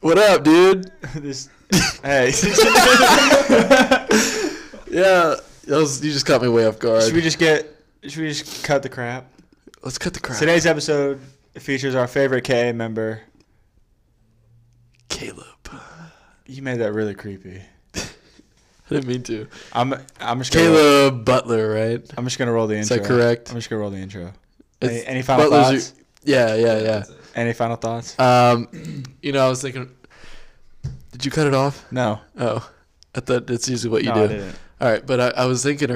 What up, dude? this. Hey. Yeah, that was, you just caught me way off guard. should we just get? Should we just cut the crap? Let's cut the crap. Today's episode features our favorite KA member. Caleb. I You made that really creepy. didn't mean to. I'm. I'm just. Gonna roll, Caleb Butler, right? I'm just gonna roll the Is intro. that correct? I'm just gonna roll the intro. It's- Any, any final Butler's thoughts? your- yeah, yeah, That's it. Any... final thoughts? yeah. Um, you know, I was thinking. Did you cut it off? No. Oh, I thought that's usually what you no, I do. didn't. All right, but I, I was thinking.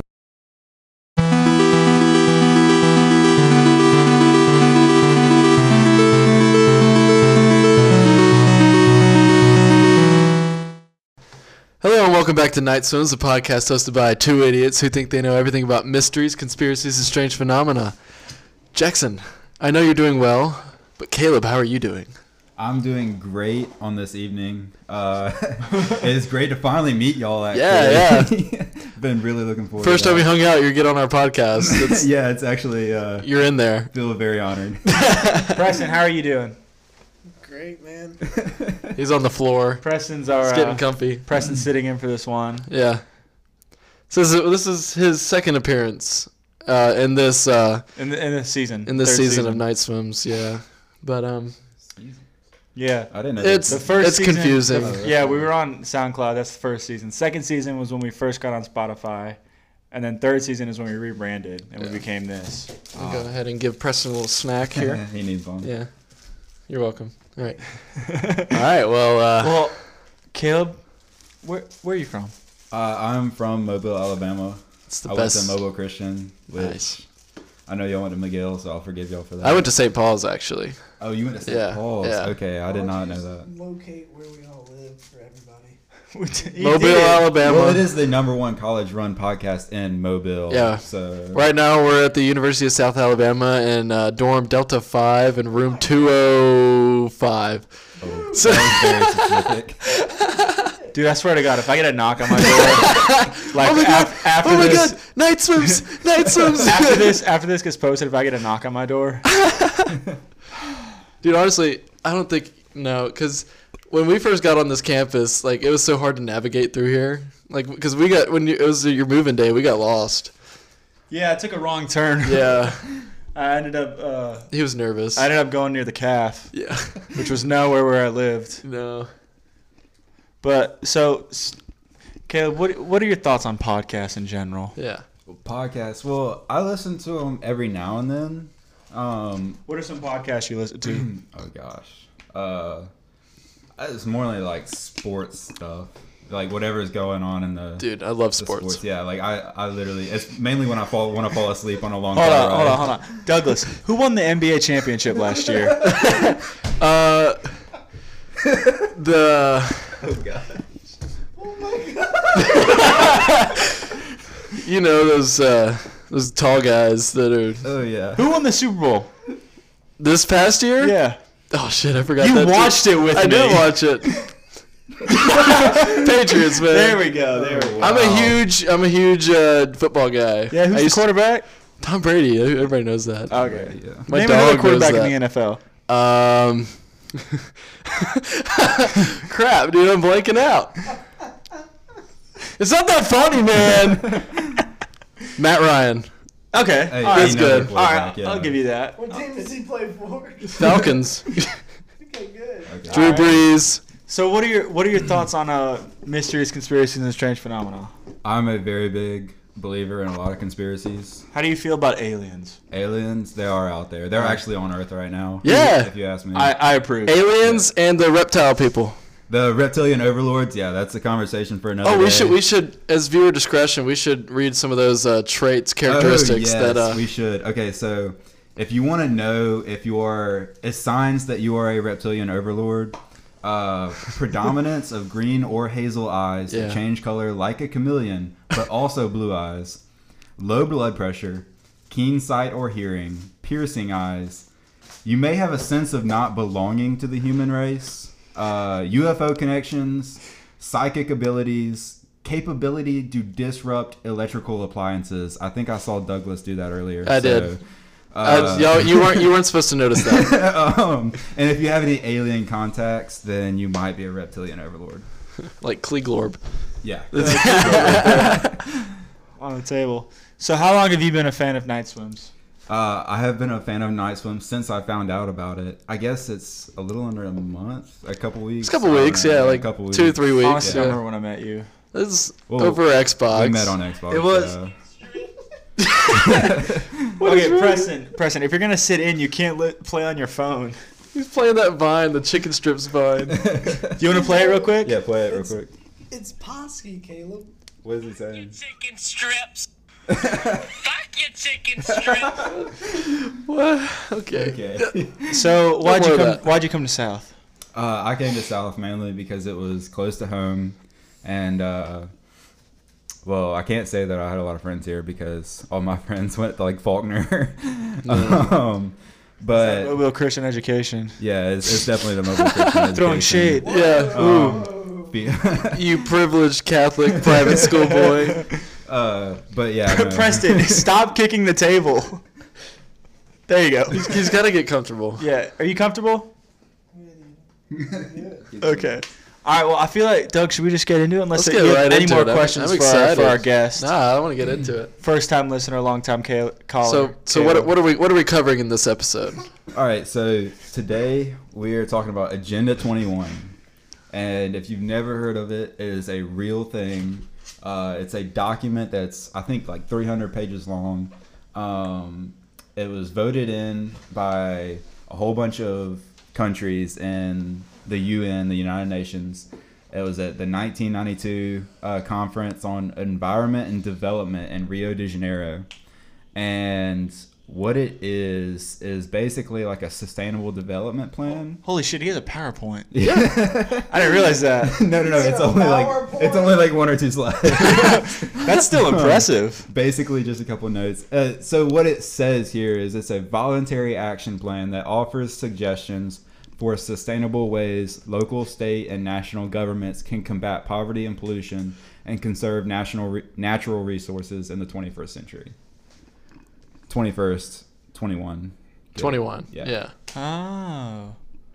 Hello and welcome back to Night Swims, the podcast hosted by two idiots who think they know everything about mysteries, conspiracies, and strange phenomena. Jackson, I know you're doing well, but Caleb, how are you doing? I'm doing great on this evening. Uh, it's great to finally meet y'all. Yeah, Actually. yeah. Been really looking forward. First to time we that. hung out, you get on our podcast. It's- yeah, it's actually uh, You're in there. feel very honored. Preston, how are you doing? Great man. He's on the floor. Preston's our. It's getting Uh, comfy. Preston's sitting in for this one. Yeah. So this is, this is his second appearance uh, in this uh, In the in this season. in this Third season, of Night Swims. Yeah, but um, Yeah. I didn't know. it's The first it's season- confusing. the f- Yeah, we were on SoundCloud. That's the first season. Second season was when we first got on Spotify, and then third season is when we rebranded and we Yeah. became this. I'll go ahead and give Preston a little snack here. he needs one. yeah, you're welcome. All right. All right. Well, uh, Well, Caleb, where where are you from? Uh, I'm from Mobile, Alabama. it's the I best. went to Mobile Christian, which Nice. I know y'all went to McGill, so I'll forgive y'all for that. I went to St. Paul's actually. Oh, you went to St. Yeah, Paul's. yeah. Okay, I did not know that. Locate where we all live for everybody. Mobile, Alabama. Well, it is the number one college-run podcast in Mobile. Yeah. So Right now, we're at the University of South Alabama in uh, dorm Delta Five in room two oh five. Oh, So- that was very specific. Dude, I swear to God, if I get a knock on my door, like oh my god! af- after oh my this, god! Night swims! Night swims! after this, after this gets posted, if I get a knock on my door, Dude, honestly, I don't think no, because when we first got on this campus, like it was so hard to navigate through here. Like, because we got when you, it was your moving day, we got lost. yeah, I took a wrong turn. Yeah, I ended up uh, he was nervous. I ended up going near the calf, yeah, which was nowhere where I lived. no. But so, s- Caleb, what what are your thoughts on podcasts in general? Yeah, Podcasts. Well, I listen to them every now and then. Um, What are some podcasts you listen to? oh gosh, uh, it's more like sports stuff, like whatever's going on in the, dude, I love the sports. Yeah, like I, I literally, it's mainly when I fall when I fall asleep on a long hold on, car ride. hold on, hold on. Douglas, who won the NBA championship last year? Uh, the Oh god. you know those uh those tall guys that are Oh yeah. Who won the Super Bowl? this past year. Yeah, Oh shit, I forgot. you that too. watched it with I me. did watch it. Patriots, man. There we go. There we go. I'm a Wow. huge, I'm a huge uh, football guy. Yeah, I who's Oh, the used- quarterback? Tom Brady. Everybody knows that. Okay. Yeah. My Name dog another knows quarterback that. in the NFL. Um, crap, dude, I'm blanking out. It's not that funny, man. Matt Ryan, Okay, Hey, all he right, that's knows good. the all right, quarterback, yeah. I'll give you that. What team does he play for? Falcons, okay, good. Okay. Drew Brees. So, what are your what are your thoughts on uh, mysteries, conspiracies, and strange phenomena? I'm a very big believer in a lot of conspiracies. How do you feel about aliens? Aliens, they are out there. They're actually on Earth right now. Yeah. If you ask me. I, I approve. Aliens and the reptile people. The reptilian overlords, yeah, that's a conversation for another. Oh, we day. should, we should, as viewer discretion, we should read some of those uh, traits, characteristics Oh, yes, that. Uh, we should. Okay, so if you want to know if you are, it's signs that you are a reptilian overlord. Uh, predominance of green or hazel eyes Yeah. that change color like a chameleon, but also blue eyes. Low blood pressure, keen sight or hearing, piercing eyes. You may have a sense of not belonging to the human race. Uh, UFO connections, psychic abilities, capability to disrupt electrical appliances. I think I saw Douglas do that earlier. I did. Uh, y'all, you weren't you weren't supposed to notice that. um, and if you have any alien contacts, then you might be a reptilian overlord. Like Kleeglorb. Yeah. on the table. So how long have you been a fan of night swims? Uh, I have been a fan of Night Swim since I found out about it. I guess it's a little under a month, a couple It's weeks. a couple I don't weeks, know, yeah, like couple two or three weeks. Honestly, I Yeah. remember when I met you. This is Well, over Xbox. We met on Xbox. It was- so- okay, Preston, Preston, if you're gonna sit in, you can't li- play on your phone. He's playing that vine, the chicken strips vine. Do you want to play it real quick? yeah, play it real It's- quick. It's Posky, Caleb. What is he saying? chicken strips. Fuck your chicken strips. what? Okay. Okay. So why'd worry you come? about it. Why'd you come to South? Uh, I came to South mainly because it was close to home, and uh, well, I can't say that I had a lot of friends here because all my friends went to like Faulkner. um, but Mobile Christian Education. yeah, it's, it's definitely the mobile Christian Throwing shade. education. Yeah. Um, be- You privileged Catholic private school boy. uh, but yeah, no. Preston, stop kicking the table. There you go. He's got to get comfortable. Yeah. Are you comfortable? Um, Good. Okay. All right. Well, I feel like Doug. Should we just get into it? Unless Let's you get have right any into more it. I'm- questions I'm for, our, for excited. our guest, Nah, I want to get into it. first time listener, long time ca- caller. So, so what, Caleb. what are we what are we covering in this episode? All right, so today we are talking about Agenda 21. And if you've never heard of it, it is a real thing. Uh, it's a document that's, I think, like 300 pages long. Um, it was voted in by a whole bunch of countries in the UN, the United Nations. It was at the 1992 uh, Conference on Environment and Development in Rio de Janeiro and what it is is basically like a sustainable development plan. Holy shit! He has a PowerPoint. Yeah. I didn't realize that. no, no, no. It's only like it's only like one or two slides. That's still impressive. basically, just a couple notes. Uh, so what it says here is it's a voluntary action plan that offers suggestions for sustainable ways local, state, and national governments can combat poverty and pollution and conserve national re- natural resources in the 21st century. 21st, 21. Good. Twenty one. Yeah. yeah.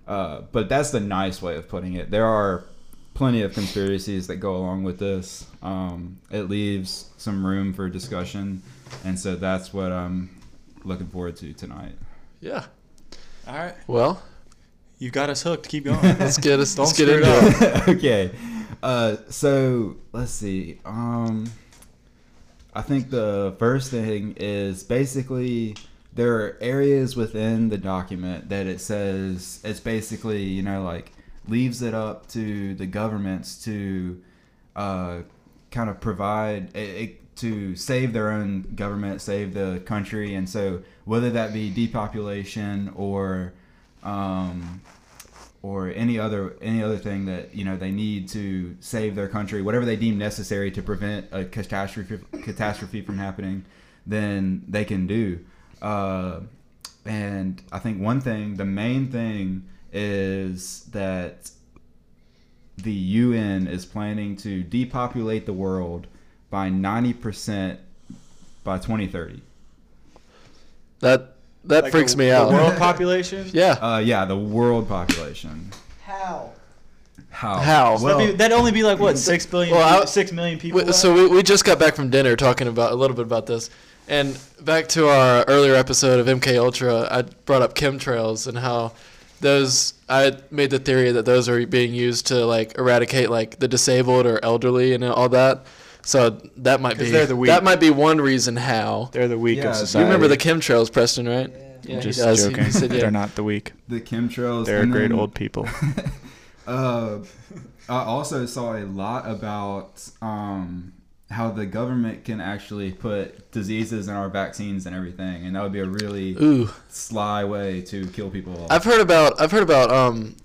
Oh. Uh, but that's the nice way of putting it. There are plenty of conspiracies that go along with this. Um, it leaves some room for discussion, and so that's what I'm looking forward to tonight. Yeah. All right. Well, You've got us hooked. Keep going. let's get us Don't let's get screw it into up. it. okay, uh, so let's see. Um, I think the first thing is basically there are areas within the document that it says it's basically you know like leaves it up to the governments to uh, kind of provide it, it, to save their own government, save the country, and so whether that be depopulation or um, or any other any other thing that you know they need to save their country, whatever they deem necessary to prevent a catastrophe catastrophe from happening, then they can do. Uh, and I think one thing, the main thing, is that the UN is planning to depopulate the world by ninety percent by twenty thirty. That that Like freaks the- me the out. world population. Yeah. Uh, yeah, the world population. How? How? Oh. How? Well, that'd, be, that'd only be like what six billion, Well, people- I- six million people. We, so we, we just got back from dinner talking about a little bit about this, and back to our earlier episode of MK Ultra, I brought up chemtrails and how those I made the theory that those are being used to like eradicate like the disabled or elderly and all that. So that might 'Cause be they're the weak. that might be one reason how. they're the weak Yeah, of you You society. remember the chemtrails, Preston, right? Yeah. Yeah, Just he does. He joking. said, yeah. They're not the weak. the chemtrails. They're and great then- old people. Uh, I also saw a lot about um, how the government can actually put diseases in our vaccines and everything, and that would be a really Ooh. sly way to kill people. off. I've heard about I've heard about um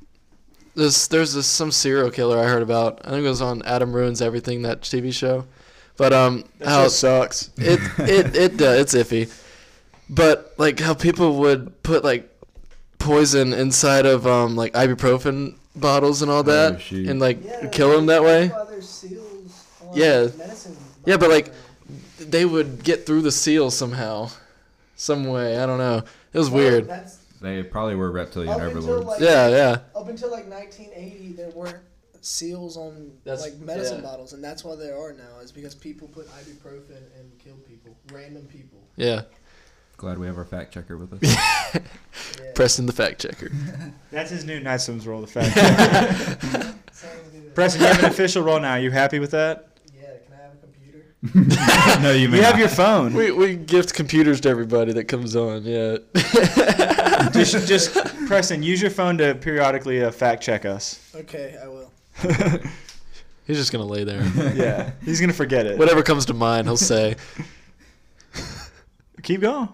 this there's this some serial killer I heard about. I think it was on Adam Ruins Everything that TV show. But um how sucks. it it it uh, it's iffy. But like how people would put like poison inside of um like ibuprofen bottles and all that Oh, shoot. and like kill them that way. That's why there's seals on Yeah. medicine Yeah, but, like, bottles. They would get through the seal somehow. some way. I don't know. It was weird. That's They probably were reptilian up until overlords. like Yeah, yeah. up until like 1980, there weren't seals on That's- like medicine yeah. bottles, and that's why there are now. Is because people put ibuprofen and killed people, random people. Yeah. Glad we have our fact checker with us. Yeah. Preston the fact checker. That's his new Night Sims role, the fact checker. Sounds good. Preston, you have an official role now. You happy with that? yeah. Can I have a computer? no, you may You have not. your phone. we we gift computers to everybody that comes on. Yeah. just, just Preston, use your phone to periodically uh, fact check us. Okay, I will. He's just gonna lay there. yeah, he's gonna forget it. Whatever comes to mind, he'll say. Keep going.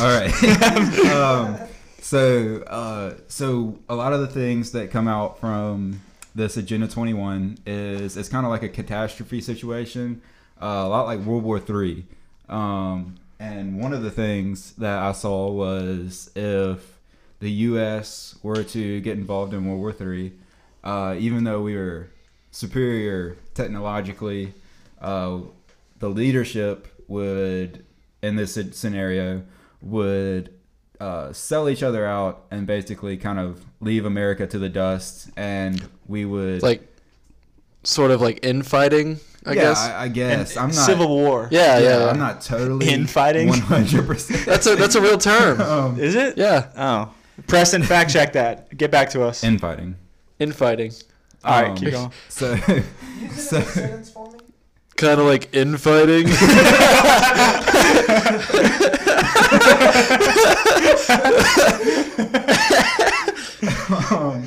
All right. um, so, uh, so a lot of the things that come out from this Agenda 21 is it's kind of like a catastrophe situation, uh, a lot like World War Three. Um, and one of the things that I saw was if the U.S. were to get involved in World War Three, uh, even though we were superior technologically, uh, the leadership would in this sc- scenario would uh, sell each other out and basically kind of leave America to the dust, and we would Like, sort of like infighting, I yeah, guess. I, I guess I'm not Civil War. yeah, yeah. yeah, yeah. I'm not totally Infighting? one hundred percent. That's a that's a real term. um, Is it? Yeah, Oh, Preston, fact check that. Get back to us. infighting. infighting. All right, Um, keep going. So, Use it So- in a sentence for me. Kind of like infighting. um,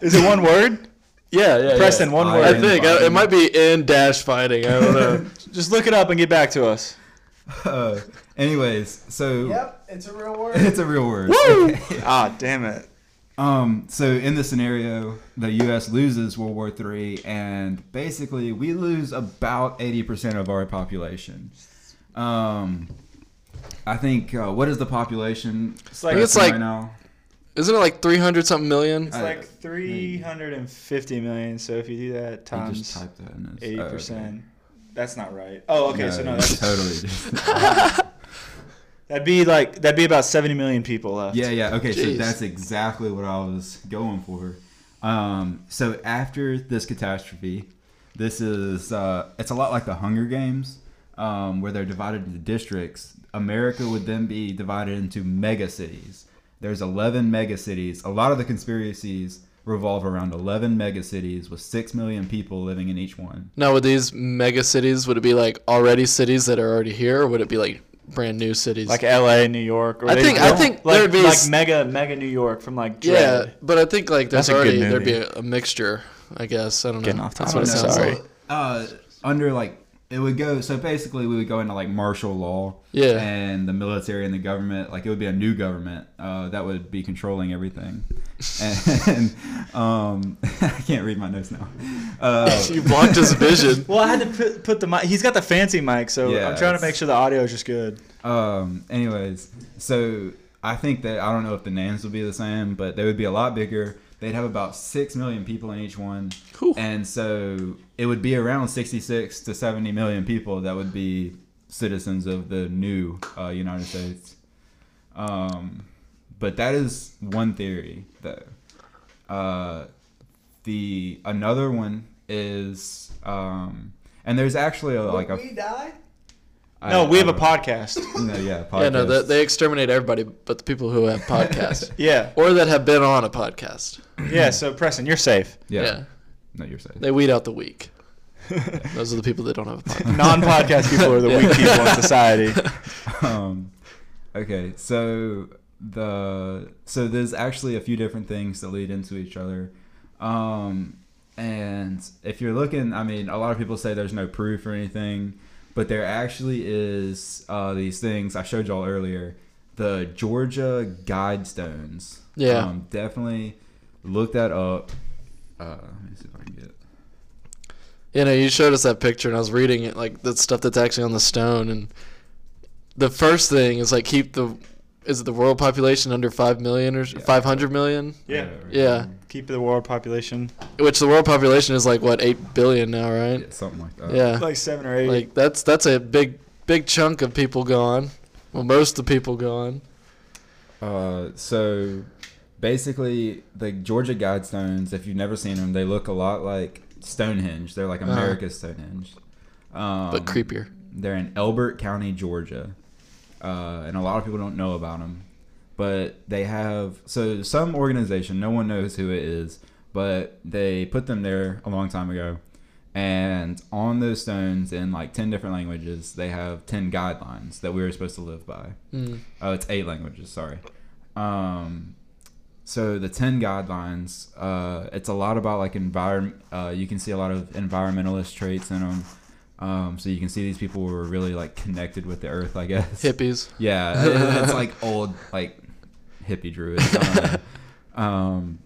Is it one word? yeah, yeah. Preston, yeah. one I- word. I think I, it Infighting. might be in dash fighting. I don't know. Just look it up and get back to us. uh, anyways, so Yep, it's a real word. it's a real word. Ah, damn it. Um, so in this scenario, the U.S. loses World War III, and basically we lose about eighty percent of our population. Um, I think uh, what is the population? It's like- It's like- right now. Isn't it like three hundred something million? It's I- like 350 million. So if you do that I times just typed that in. as- eighty oh, okay. percent, that's not right. Oh, okay. so no, you that's, totally. just- that'd be like that'd be about 70 million people left. yeah, yeah. Okay, so Jeez. that's exactly what I was going for. Um, so after this catastrophe, this is uh, it's a lot like the Hunger Games, um, where they're divided into districts. America would then be divided into mega cities. There's 11 mega cities. A lot of the conspiracies revolve around 11 mega cities with six million people living in each one. Now, with these mega cities, would it be like already cities that are already here, or would it be like brand new cities? Like L.A., New York. Or I they think- I don't- think like, there'd be like s- mega mega New York from like Dread. yeah, but I think like That's there's a good already there'd movie. be a, a mixture. I guess I don't know. Getting off That's topic. what it I don't sounds know. like. So, uh, under like it would go. So basically, we would go into like martial law. Yeah. And the military and the government, like it would be a new government uh, that would be controlling everything. And um, I can't read my notes now. Oh. Uh, You blocked his vision. Well, I had to put, put the mic. He's got the fancy mic, so Yeah, I'm trying to it's- make sure the audio is just good. um, anyways, so I think that I don't know if the names would be the same, but they would be a lot bigger. They'd have about six million people in each one, Whew. and so it would be around sixty-six to seventy million people that would be citizens of the new uh, United States. Um, but that is one theory, though. Uh, the another one is, um, and there's actually a, like Would a we die? I- no, we have a I don't- podcast. No, yeah, podcast. Yeah, no, they, they exterminate everybody, but the people who have podcasts yeah, or that have been on a podcast. yeah. So Preston, you're safe. Yeah. Yeah. No, you're safe. they weed out the weak. Those are the people that don't have a podcast. Non-podcast people are the weak people in society. um, okay, so the so there's actually a few different things that lead into each other. Um, and if you're looking, I mean, a lot of people say there's no proof or anything, but there actually is uh, these things I showed y'all earlier. The Georgia Guidestones. Yeah. Um, definitely look that up. Uh, let me see if I can get it. You know, you showed us that picture, and I was reading it, like the stuff that's actually on the stone. And the first thing is like keep the is it the world population under five million or five hundred million? Yeah. Yeah, Keep the world population which the world population is like what eight billion now, right? Uh, Something like that. Yeah, like seven or eight. like that's that's a big big chunk of people gone. Well, most of the people go on. Uh, so basically, the Georgia Guidestones, if you've never seen them, they look a lot like Stonehenge. They're like Uh-huh. America's Stonehenge. Um, But creepier. They're in Elbert County, Georgia. Uh, and a lot of people don't know about them. But they have, so some organization, no one knows who it is, but they put them there a long time ago. And on those stones, in like 10 different languages, they have 10 guidelines that we were supposed to live by. Mm. Oh, it's eight languages. Sorry. Um, so the ten guidelines. Uh, it's a lot about like environment. Uh, you can see a lot of environmentalist traits in them. Um, so you can see these people were really like connected with the earth, I guess. Hippies. Yeah, it- it's like old like hippie druid. I don't know. um,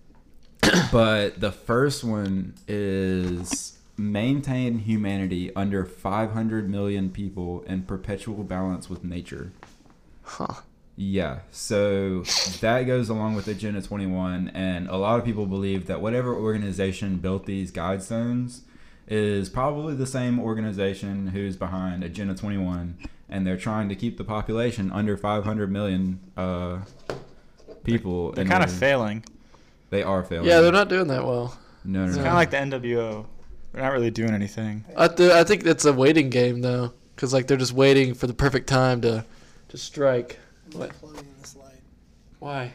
but the first one is maintain humanity under 500 million people in perpetual balance with nature. Huh. Yeah, so that goes along with Agenda 21, and a lot of people believe that whatever organization built these guidestones is probably the same organization who's behind Agenda 21, and they're trying to keep the population under 500 million uh, people. They're in kind of order- failing. They are failing. Yeah, they're not doing that well. No, no, It's no. kind of like the NWO. They're not really doing anything. I, th- I think it's a waiting game though, because like they're just waiting for the perfect time to to strike. What? Plugging in this light. Why? I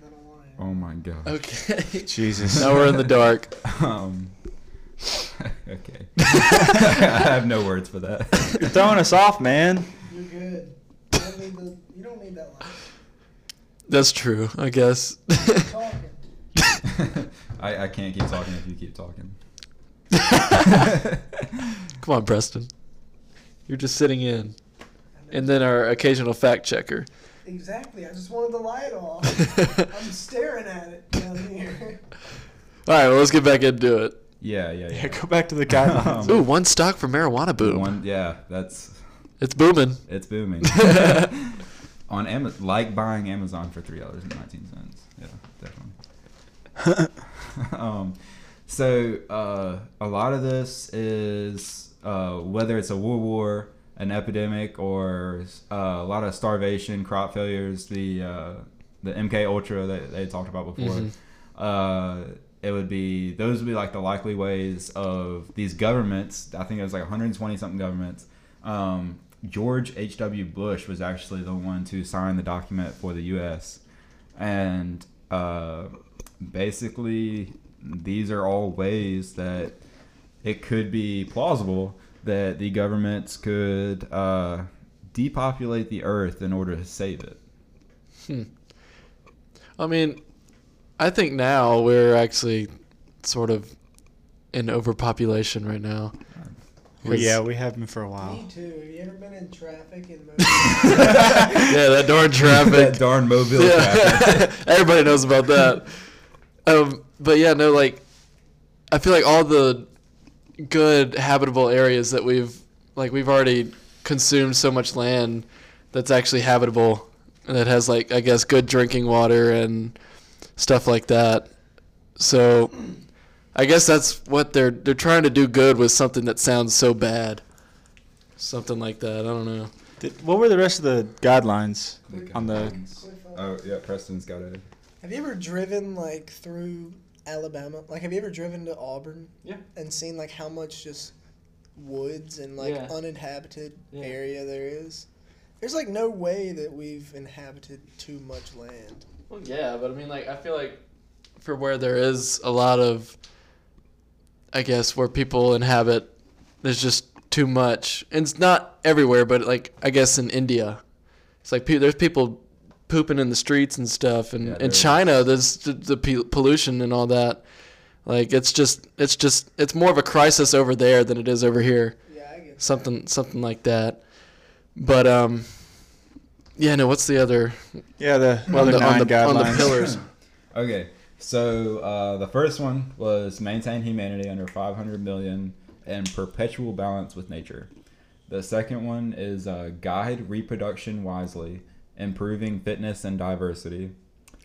don't want it. oh my god. Okay. Jesus. now we're in the dark. Um, okay. I have no words for that. You're throwing us off, man. You're good. You don't need, the, you don't need that light. That's true, I guess. Talking. I, I can't keep talking if you keep talking. Come on, Preston. You're just sitting in, and then our occasional fact checker. Exactly. I just wanted the light off. I'm staring at it down here. All right, well, let's get back into it. yeah, yeah, Yeah, yeah. go back to the guidelines. Ooh, one stock for marijuana boom. One, yeah, that's It's booming. it's booming. On Amazon, like buying Amazon for three dollars and nineteen cents. Yeah, definitely. um, so uh, a lot of this is uh, whether it's a world war, an epidemic, or uh, a lot of starvation, crop failures. The uh, the MK Ultra that they talked about before. Uh, it would be those would be like the likely ways of these governments. I think it was like 120 something governments. Um, George H. W. Bush was actually the one to sign the document for the U.S. and uh, basically these are all ways that it could be plausible that the governments could uh, depopulate the earth in order to save it. I mean, I think now we're actually sort of in overpopulation right now. Well, yeah, we have been for a while. Me too. Have you ever been in traffic in motion? yeah, that darn that traffic. darn mobile traffic. yeah. Everybody knows about that. Um, but yeah, no, like I feel like all the good habitable areas that we've like we've already consumed so much land that's actually habitable and that has like I guess good drinking water and stuff like that. So I guess that's what they're they're trying to do good with something that sounds so bad. Something like that. I don't know. Did, what were the rest of the guidelines? On the- oh yeah, Preston's got it. have you ever driven like through Alabama? Like, have you ever driven to Auburn? Yeah. And seen like how much just woods and like Yeah. uninhabited Yeah. area there is? There's like no way that we've inhabited too much land. Well, yeah, but I mean, like, I feel like for where there is a lot of, I guess, where people inhabit, there's just too much. And it's not everywhere, but like, I guess in India, it's like pe- there's people pooping in the streets and stuff, and Yeah, there in is. China, there's the, the pe- pollution and all that. Like, it's just, it's just, it's more of a crisis over there than it is over here Yeah, I get something something like that. But um, yeah, no. What's the other Yeah, the well, on the the, on nine the, on the guidelines. pillars? Okay, so uh, the first one was maintain humanity under 500 million and perpetual balance with nature. The second one is uh, guide reproduction wisely, improving fitness and diversity.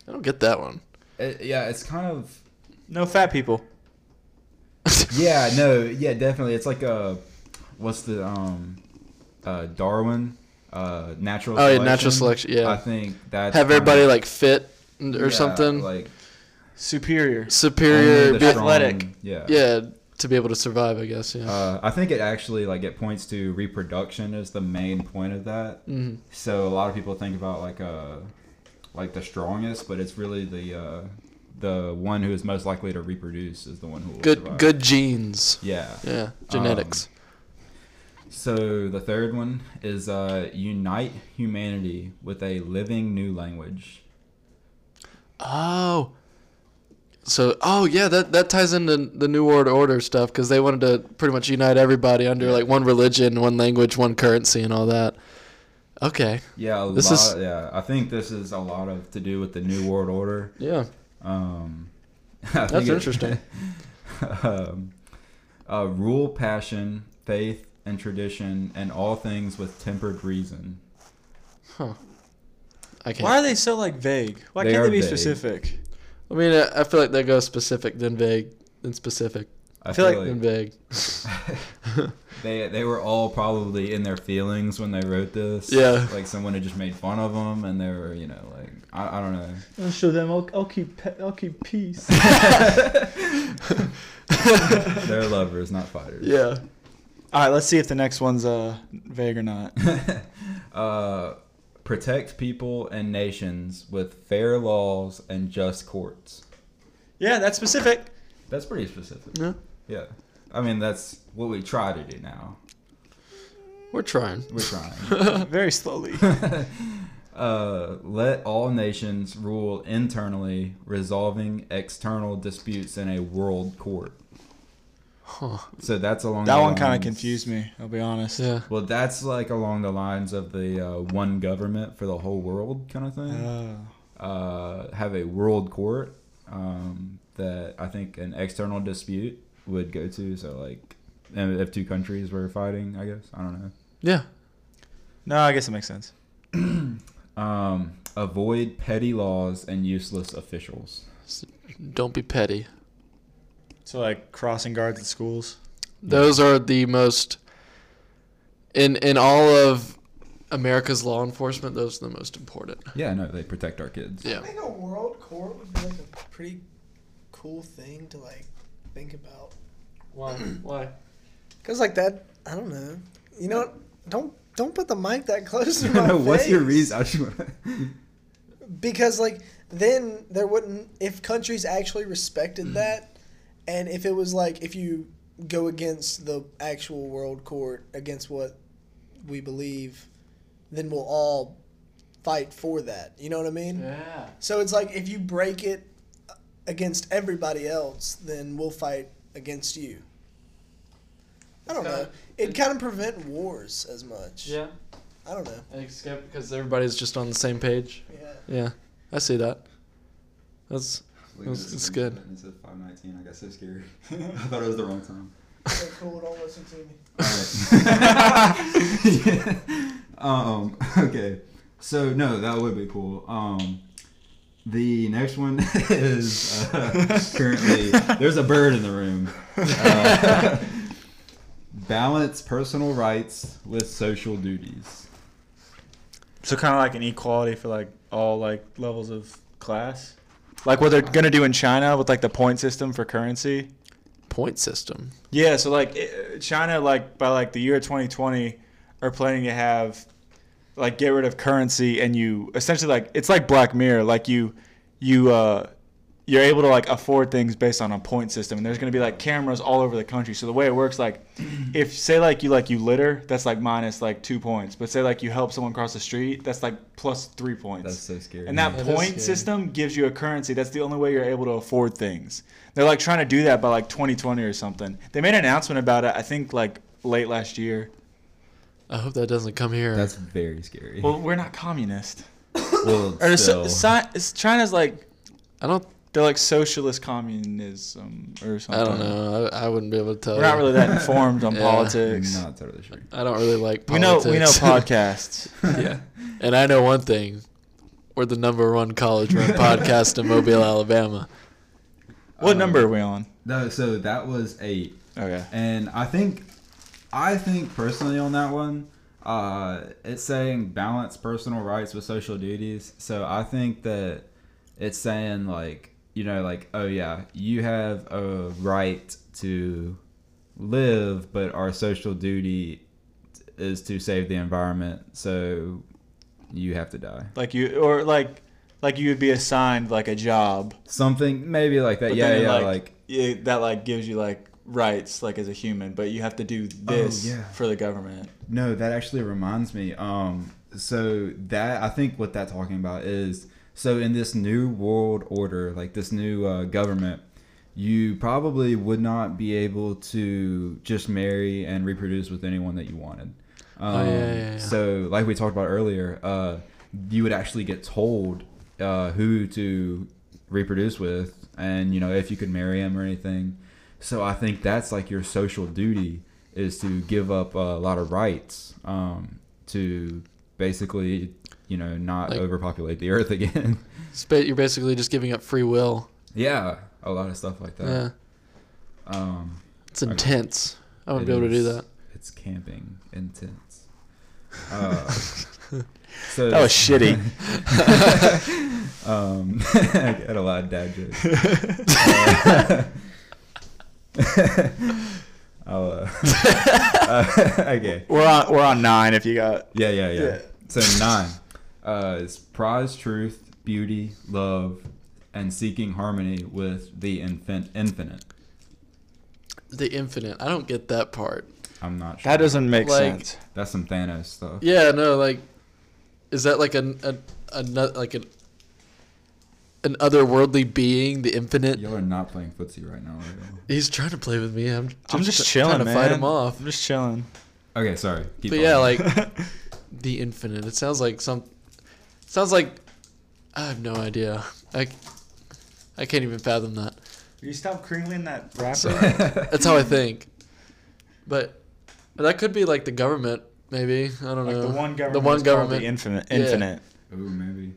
I don't get that one. It, yeah, it's kind of No fat people. yeah no yeah definitely it's like a what's the um uh, Darwin uh, natural. Oh, yeah, natural selection, yeah. I think that Have everybody like fit and- or something like Superior. superior, only be- the athletic. strong- yeah. yeah, to be able to survive. I guess. Yeah. Uh, I think it actually like it points to reproduction is the main point of that. Mhm. So a lot of people think about like uh like the strongest, but it's really the uh, the one who is most likely to reproduce is the one who will good survive. good genes. Yeah. Yeah, genetics. So the third one is uh, unite humanity with a living new language. Um, oh. So oh yeah, that that ties into the New World Order stuff because they wanted to pretty much unite everybody under like one religion, one language, one currency, and all that. Okay. Yeah, a This lot. is- yeah, I think this is a lot of to do with the new world order. Yeah. Um, That's interesting. um, uh, rule passion, faith, and tradition, and all things with tempered reason. I can't. Why are they so like vague? Why They can't are they be vague. specific? I mean, I, I feel like that goes specific then vague, then specific, I feel like- then vague. they they were all probably in their feelings when they wrote this. Yeah. like someone had just made fun of them, and they were you know like I, I don't know. I'll show them. I'll, I'll keep. I'll keep peace. They're lovers, not fighters. Yeah. All right, let's see if the next one's uh vague or not. Uh, protect people and nations with fair laws and just courts. yeah, that's specific. That's pretty specific. Yeah. Yeah. I mean, that's what we try to do now. We're trying. We're trying. Very slowly. Oh, uh, let all nations rule internally, resolving external disputes in a world court. Huh. So that's along That the one kind lines- of confused me. I'll be honest. Yeah. Well, that's like along the lines of the uh, one government for the whole world kind of thing. Oh. Uh, have a world court um, that I think an external dispute would go to. So like, and if two countries were fighting, I guess I don't know. Yeah. No, I guess it makes sense. Um, avoid petty laws and useless officials. Don't be petty. So like crossing guards at schools. Those are the most in in all of America's law enforcement, those are the most important. Yeah, no, they protect our kids. Yeah. I think a world court would be like a pretty cool thing to like think about. Why? Why? Cause like that, I don't know. You know, what? don't don't put the mic that close to my no, face. what's your reason? I just wanna- Because like then there wouldn't if countries actually Mm. respected that, and if it was like if you go against the actual world court against what we believe, then we'll all fight for that. You know what I mean? Yeah. So it's like if you break it against everybody else, then we'll fight against you. I don't know. kinda- It'd kind of prevent wars as much. Yeah. I don't know. Except because everybody's just on the same page. Yeah. Yeah. I see that. That's That's- that's good. It said 519. I got so scared. I thought it was the wrong time. So cool. Don't listen to me. um, okay. So, no, that would be cool. Um, the next one is uh, currently there's a bird in the room. Uh, balance personal rights with social duties. So kind of like an equality for like all like levels of class. Like what they're gonna do in China with like the point system for currency. point system. Yeah, so like i- China, like by like the year 2020, are planning to have like get rid of currency, and you essentially like it's like Black Mirror, like you you uh you're able to like afford things based on a point system, and there's gonna be like cameras all over the country. So the way it works, like if say like you like you litter, that's like minus like two points, but say like you help someone cross the street, that's like plus three points. That's so scary. And that That is point scary. system gives you a currency. That's the only way you're able to afford things. They're like trying to do that by like 2020 or something. They made an announcement about it, I think like late last year. I hope that doesn't come here. That's very scary. Well, we're not communist. Well, Or so, still. si- it's- China's like I don't they're like socialist communism or something. I don't know. I, I wouldn't be able to tell. We're not you. really that informed on Yeah. politics. not totally sure. I don't really like We know politics. we know podcasts. yeah. And I know one thing. We're the number one college run podcast in Mobile, Alabama. what number are we on? No, so that was eight. Okay. And I think, I think personally on that one, Uh, it's saying balance personal rights with social duties. So I think that it's saying like you know like oh yeah you have a right to live, but our social duty is to save the environment. So you have to die. Like you or like like you would be assigned like a job. Something maybe like that. But yeah then, yeah like, like yeah, that like gives you like rights like as a human, but you have to do this yeah. for the government. No, that actually reminds me. Um, so that I think what that's talking about is so in this new world order, like this new uh, government, you probably would not be able to just marry and reproduce with anyone that you wanted. Um, Oh, yeah, yeah, yeah. So, like we talked about earlier, uh, you would actually get told uh, who to reproduce with, and you know if you could marry him or anything. So I think that's like your social duty is to give up a lot of rights um, to basically, you know, not Like- overpopulate the earth again. It's ba- You're basically just giving up free will. yeah, a lot of stuff like Yeah, that. Um, it's intense. I wouldn't be able to do is- that. It's camping intense. Uh, so That was shitty. Um, I had a lot of dad jokes. Uh, I'll, uh, uh, okay. We're on we're on nine if you got Yeah, yeah, yeah. Yeah. So nine uh, is prize truth, beauty, love, and seeking harmony with the infin- infinite. The infinite. I don't get that part. I'm not sure. that doesn't make Like- sense. That's some Thanos stuff. Yeah, no, like, is that like an a, a no- like an an otherworldly being, the infinite? Y'all are not playing footsie right now. are y'all? He's trying to play with me. I'm just, I'm just t- chilling, trying to man. fight him off. I'm just chilling. Okay, sorry. Keep But going. yeah, like the infinite. It sounds like some. It sounds like I have no idea. I I can't even fathom that. You stop crinkling that wrapper. That's how I think. But that could be like the government, maybe. I don't know. The one government. infinite. Yeah. Infinite. Ooh, maybe.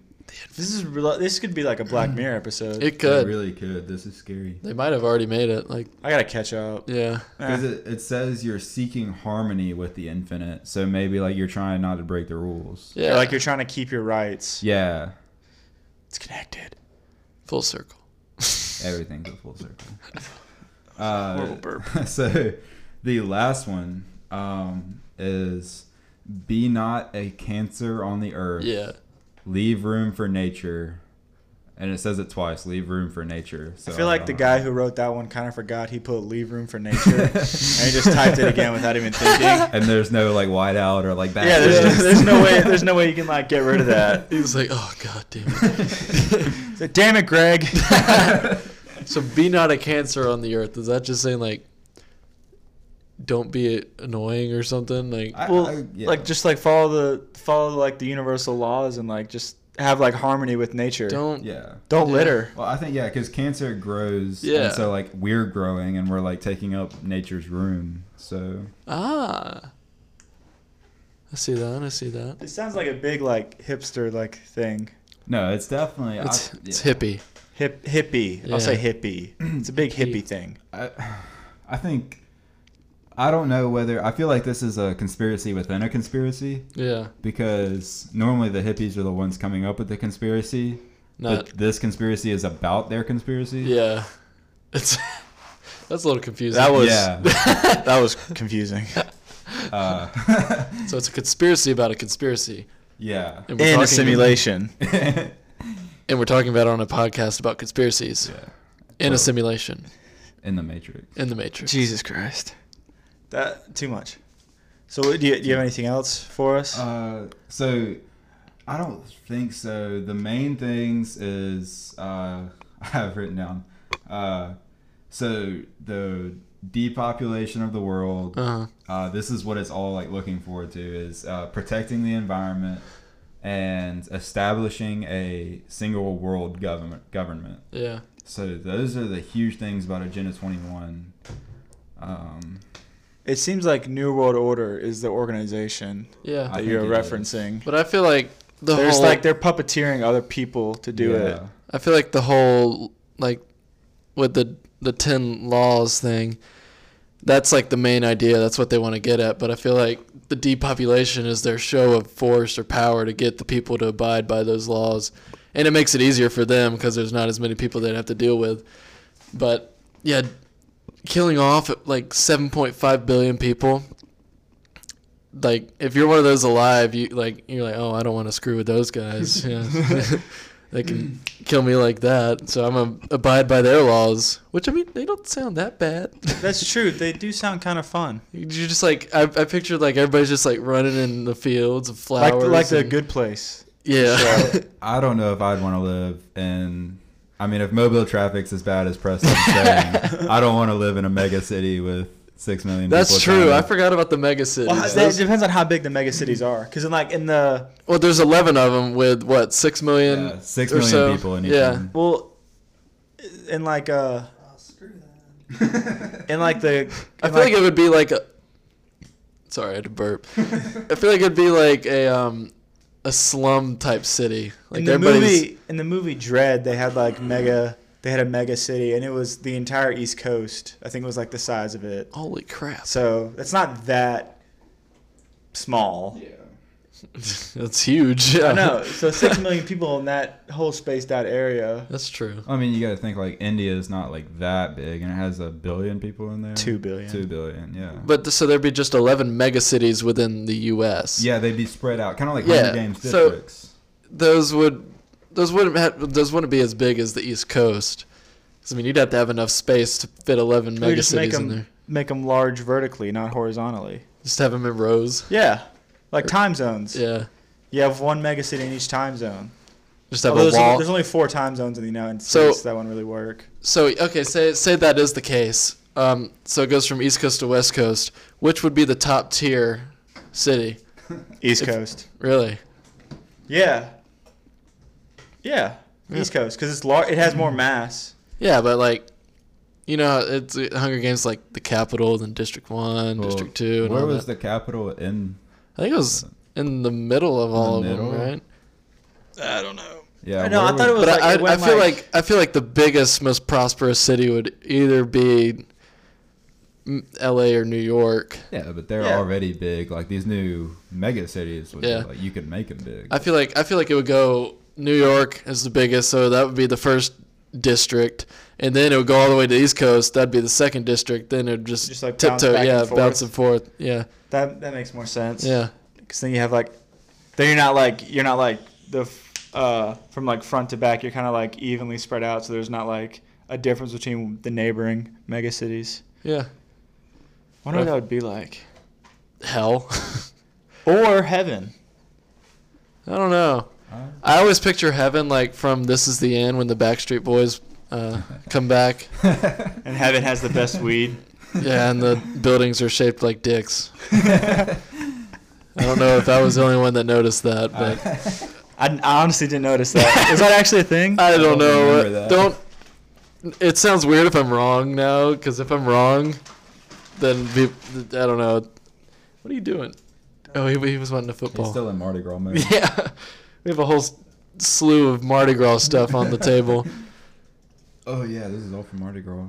This is rel- this could be like a Black Mirror episode. it It could. really could. This is scary. they might have already made it. Like, I gotta catch up. yeah. Eh. Because it, it says you're seeking harmony with the infinite, so maybe like you're trying not to break the rules. Yeah. Like you're trying to keep your rights. Yeah, It's connected. full circle. everything's a full circle. Uh, Horrible burp. so the last one um, is be not a cancer on the earth. Yeah. Leave room for nature. And it says it twice. Leave room for nature. So I feel like the don't guy know. who wrote that one kind of forgot he put leave room for nature and he just typed it again without even thinking. Yeah, and there's no like whiteout or like back. there's, there's no way there's no way you can like get rid of that. He was like, oh, god damn it. So, Damn it, Greg. so be not a cancer on the earth. Is that just saying, like, don't be annoying or something? Like, I- well, I- yeah. like just like follow the follow like the universal laws and like just have like harmony with nature. don't. yeah. Don't litter. Well, I think yeah, because cancer grows. Yeah. And so like we're growing and we're like taking up nature's room. So Ah. I see that. I see that. It sounds like a big like hipster like thing. no, it's definitely It's, I, it's yeah. hippie. Hip hippie. I'll say Yeah. hippie. It's a big hippie thing. I, I think I don't know whether I feel like this is a conspiracy within a conspiracy Yeah. because normally the hippies are the ones coming up with the conspiracy. Not. but this conspiracy is about their conspiracy. yeah. It's. that's a little confusing. That was- Yeah. That was confusing. uh, So it's a conspiracy about a conspiracy. yeah. And In talking- a simulation. And we're talking about it on a podcast about conspiracies. Yeah. In Well- a simulation. In the Matrix. In the Matrix. Jesus Christ. That too much. So what- do you, do you have anything else for us? Uh, so I don't think so. The main things is uh, I have written down. Uh, so the depopulation of the world. Uh-huh. Uh, this is what it's all like looking forward to is uh, protecting the environment and establishing a single world government government. Yeah. So those are the huge things about Agenda 21. Um, it seems like New World Order is the organization Yeah. I that think you're it is. referencing. but I feel like the There's whole like they're puppeteering other people to do it. I feel like the whole like with the the 10 laws thing that's like the main idea. That's what they want to get at. But I feel like the depopulation is their show of force or power to get the people to abide by those laws, and it makes it easier for them because there's not as many people they'd have to deal with. But yeah, killing off like 7.5 billion people. Like if you're one of those alive, you like you're like, oh, I don't want to screw with those guys. Yeah. they can kill me like that, so I'm gonna abide by their laws. Which I mean, they don't sound that bad. That's true. They do sound kind of fun. You just like I, I pictured like everybody's just like running in the fields of Like, flowers. like the and- good place. yeah. I don't know if I'd want to live in. I mean, if mobile traffic's as bad as Preston's saying, I don't want to live in a mega city with six million. That's people trying true. to- I forgot about the mega cities. Well, Those- Well, it depends on how big the mega cities are. Because in like in the there's 11 of them with what six million. Yeah, six or million so. people in each. Yeah. one. well, in like uh, Oh, screw that. in like the. I in feel like it would be like a. Sorry, I had to burp. I feel like it'd be like a um, a slum type city. Like in the everybody's. movie in the movie Dread, they had like mega. They had a mega city, and it was the entire East Coast. I think it was like the size of it. Holy crap! So that's not that small. That's huge. Yeah. I know. So six million people in that whole spaced out area. That's true. I mean, you got to think like India is not like that big, and it has a billion people in there. Two billion. Two billion. Yeah. But th- so there'd be just 11 mega cities within the U.S. yeah, they'd be spread out, kind of like Yeah, Hunger Games so- districts. those would those wouldn't have, those wouldn't be as big as the East Coast. 'Cause, I mean, you'd have to have enough space to fit 11 We mega just make cities in them there. make them large vertically, not horizontally. Just have them in rows. Yeah, like time zones. Yeah. You have one mega city in each time zone. Just have Although a Oh, there's, wall. there's only four time zones in the United So- States. that won't really work. So okay, say say that is the case. Um, so it goes from East Coast to West Coast. Which would be the top tier city? East Coast. Really? Yeah. Yeah. East Coast, because it's lar- It has more mass. Yeah, but like, you know, it's uh, Hunger Games like the capital, then District One, Well, District Two, and Where all was that. the capital in? I think it was in the middle of all of middle? them, right? Yeah. No, where I was- thought it was. But like, I, it I, I went feel like, I feel like the biggest, most prosperous city would either be mm, L.A. or New York. Yeah, but they're Yeah. already big. Like these new mega cities, would, Yeah. like you can make them big. I feel like I feel like it would go New York is the biggest, so that would be the first district, and then it would go all the way to the East Coast. That'd be the second district. Then it would just, Just, like, bounce tiptoe, back yeah, and forth. bounce and forth, yeah, that. That makes more sense. yeah. Because then you have like, then you're not like you're not like the f- uh from like front to back. You're kind of like evenly spread out, so there's not like a difference between the neighboring mega cities. Yeah. Wonder what that would be like. Hell. Or heaven. I don't know. I always picture heaven like from This Is the End when the Backstreet Boys uh, come back. And heaven has the best weed. Yeah, and the buildings are shaped like dicks. I don't know if I was the only one that noticed that, but I, I honestly didn't notice that. Is that actually a thing? I don't don't know. remember that. Don't. It sounds weird if I'm wrong now, because if I'm wrong, then be, I don't know. What are you doing? Oh, he, he was wanting to He's football. still in Mardi Gras mode. Yeah, we have a whole s- slew of Mardi Gras stuff on the table. Oh yeah, this is all from Mardi Gras.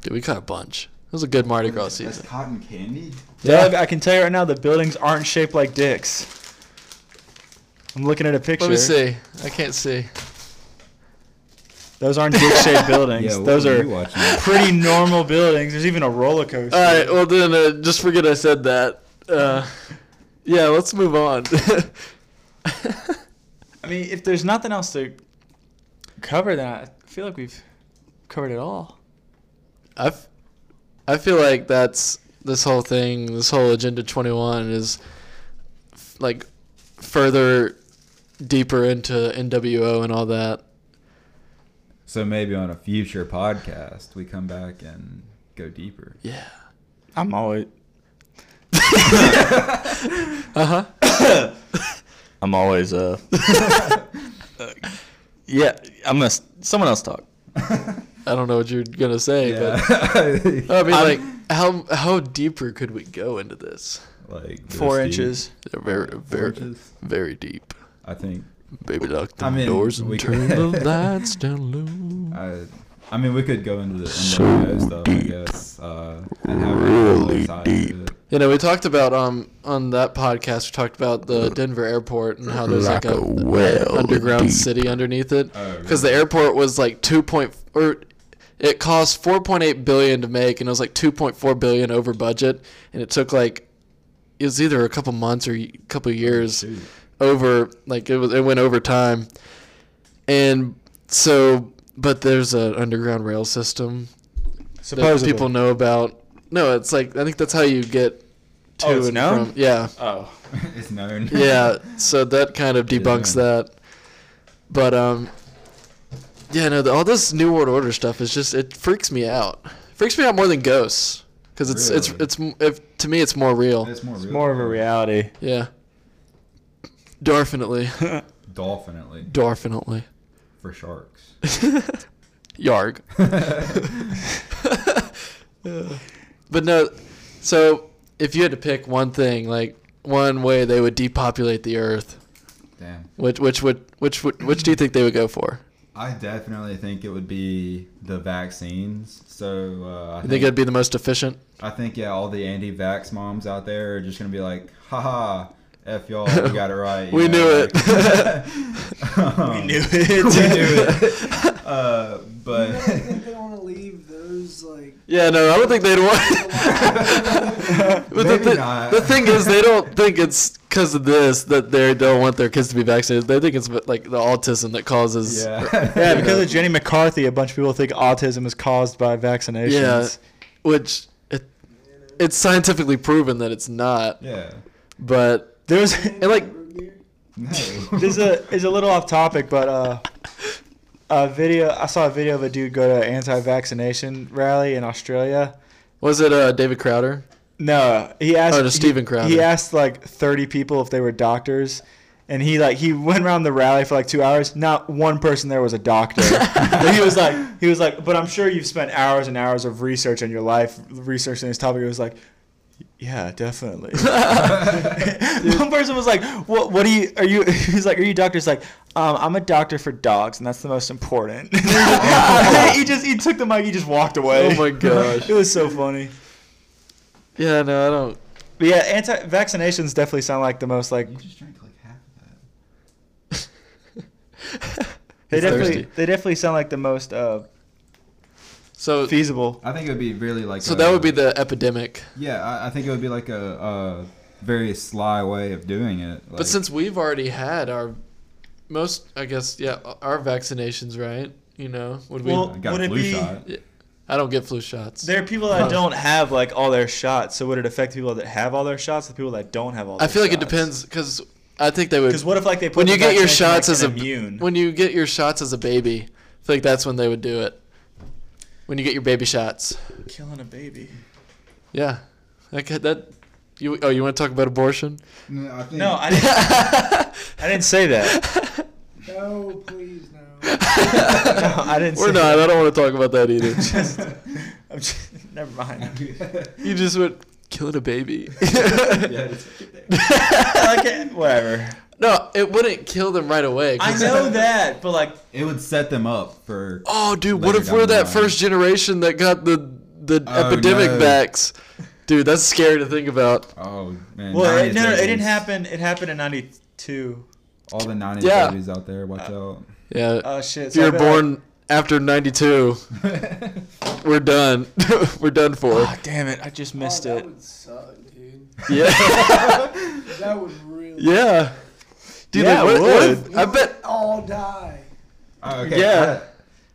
Dude, we caught a bunch. It was a good Mardi Gras That's season. cotton candy. Doug, I can tell you right now, the buildings aren't shaped like dicks. I'm looking at a picture. Let me see. I can't see. Those aren't dick-shaped buildings. Yeah, what Those were are you watching? pretty normal buildings. There's even a roller coaster. All right. Well, then uh, just forget I said that. Uh, yeah, let's move on. I mean, if there's nothing else to cover, then I feel like we've covered it all. I, f- I feel like that's this whole thing, this whole Agenda 21 is f- like further deeper into NWO and all that. So maybe on a future podcast, we come back and go deeper. Yeah. I'm always. Uh Uh-huh. huh. I'm always. Uh. yeah, I'm gonna. Someone else talk. I don't know what you're gonna say, like but I mean, I'm- like, how how deeper could we go into this? this Four deep. inches. Very, very, inches? very deep. I think. Baby, lock the I mean, doors and we- turn the lights down low. I. I mean, we could go into the NWO stuff. I guess. I uh, and have really deep. You know, we talked about um on that podcast. We talked about the Denver airport and how there's like, a, underground city underneath it Oh, because the airport was like two point or it cost four point eight billion to make and it was like two point four billion over budget and it took like it was either a couple months or a couple years over like it was it went over time and so but there's an underground rail system that Supposedly. people know about. No, it's like I think that's how you get to Oh, it's and known? from. Yeah, Oh. it's known. yeah. So that kind of debunks Yeah. that. But um, yeah, no. The, all this New World Order stuff is just it freaks me out. freaks me out more than ghosts because it's, it's Really? it's m if, to me it's more real. It's more, It's more of a reality. Yeah. Definitely, Dolphinately definitely. for sharks. Yarg. But no, so if you had to pick one thing, like one way they would depopulate the Earth, Damn. which which would which would which do you think they would go for? I definitely think it would be the vaccines. So uh, I You think it'd be the most efficient? I think yeah, all the anti-vax moms out there are just gonna be like, haha, f y'all, we got it right. We knew it. we knew it. we knew it. Uh, I don't but think they want to leave those like. Yeah, no, I don't think they'd want. but the, Maybe thi- not. the thing is, they don't think it's because of this that they don't want their kids to be vaccinated. They think it's like the autism that causes. yeah, Yeah, because of Jenny McCarthy, a bunch of people think autism is caused by vaccinations. Yeah, which it, it's scientifically proven that it's not. yeah. But There was and like No. this is a is a little off topic, but uh, a video I saw a video of a dude go to an anti-vaccination rally in Australia. was it uh, David Crowder? No, he asked. Oh, to Steven Crowder. He, he asked like thirty people if they were doctors, and he like he went around the rally for like two hours. Not one person there was a doctor. But he was like, he was like, but I'm sure you've spent hours and hours of research in your life researching this topic. He was like, yeah, definitely. one person was like, what? What do you? Are you? He's like, are you doctors? Like, um, I'm a doctor for dogs, and that's the most important. he just he took the mic. He just walked away. Oh my gosh. It was so funny. Yeah, no, I don't. But yeah, anti-vaccinations definitely sound like the most like you just drank like half of that. they He's definitely thirsty. they definitely sound like the most uh, So feasible. I think it would be really like. so a- that would be the epidemic. Yeah, I, I think it would be like a, a very sly way of doing it. Like, But since we've already had our most, I guess, yeah, our vaccinations, right? You know, would we? Well- got would a it flu be- shot. I don't get flu shots. There are people that don't have like all their shots. So would it affect people that have all their shots? The people that don't have all. I their feel like it shots? depends because I think they would. Because what if like they put when the you get your vaccination, shots like, as in a immune? when you get your shots as a baby, I think that's when they would do it. When you get your baby shots, killing a baby. yeah, that could- that. You, oh, you want to talk about abortion? No, I think. No, I didn't. I didn't say that. No, please no. No, I didn't. We're say not. That. I don't want to talk about that either. Just, I'm just, never mind. you just went killing a baby. yeah, just I like it. Whatever. No, it wouldn't kill them right away. 'cause- I know that, but like It would set them up for. Oh, dude, what Later if down we're the that line. first generation that got the the Oh, epidemic no. backs? Dude, that's scary to think about. Oh man. well, it, 90s no, no, it babies. didn't happen. It happened in '92. All the 90s Yeah. babies out there, watch out. Yeah, Uh, Oh shit! if so I you're bet, like, born after '92, we're done. we're done for. Ah, damn it! I just missed Oh, that it. would suck, dude. Yeah, That would really. yeah. Dude, Yeah, like, it what- what if- would. I bet. All die. Oh, okay. uh, Yeah.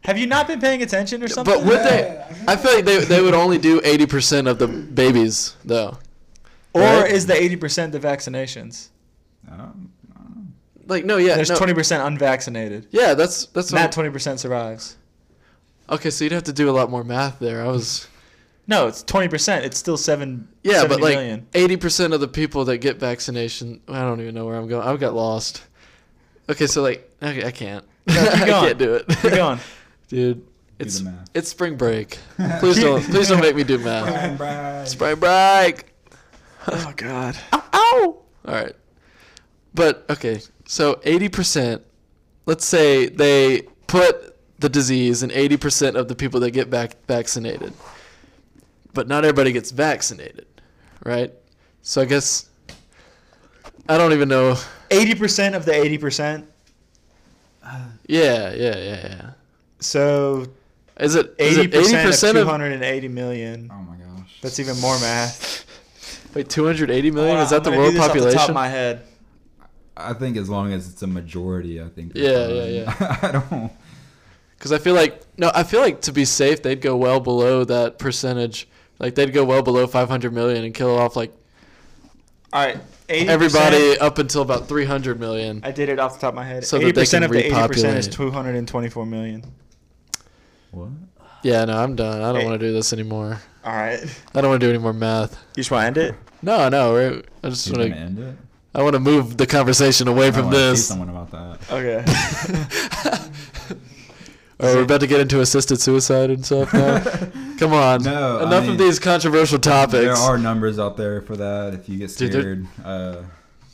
Have you not been paying attention or something? But would they? I feel like they they would only do 80% of the babies though. or Right? is the eighty percent the vaccinations? I don't, I don't know. like no, yeah, There's no. twenty percent unvaccinated. Yeah, that's that's what Not I'm- twenty percent survives. Okay, so you'd have to do a lot more math there. I was No, it's twenty percent. It's still seven. Yeah, but 70 like million. eighty percent of the people that get vaccination, I don't even know where I'm going. I got lost. Okay, so like, okay, I can't. keep I going. can't do it. Keep going. dude. It's math. it's spring break. Please don't please don't make me do math. spring break. Oh god. Ow. All right, but okay, so eighty percent. Let's say they put the disease in eighty percent of the people that get back vaccinated. but not everybody gets vaccinated, right? So I guess I don't even know. Eighty percent of the eighty percent. Yeah, yeah, yeah, yeah. So Is it is eighty it eighty percent percent of two of hundred and eighty million. Oh my gosh. That's even more math. wait two hundred eighty million? Is that I'm the gonna world do this off the top of population? my head. I think as long as it's a majority, I think. we're Yeah, yeah, fine. I don't. Because I feel like no, I feel like to be safe, they'd go well below that percentage. Like they'd go well below five hundred million and kill off like All right, 80%, everybody up until about three hundred million. I did it off the top of my head. So that they Eighty percent can of the eighty percent repopulate is it. two hundred and twenty-four million. What? Yeah, no, I'm done. I don't Hey. want to do this anymore. All right, you I don't want to do any more math. just want to end it. No, no, we're, I just You're want gonna to. end it? I want to move the conversation away I from wanna see this. someone about that. Okay. Oh, we're about to get into assisted suicide and stuff now. Come on. No, I Enough mean, of these controversial topics. There are numbers out there for that. If you get Dude, there- scared, uh,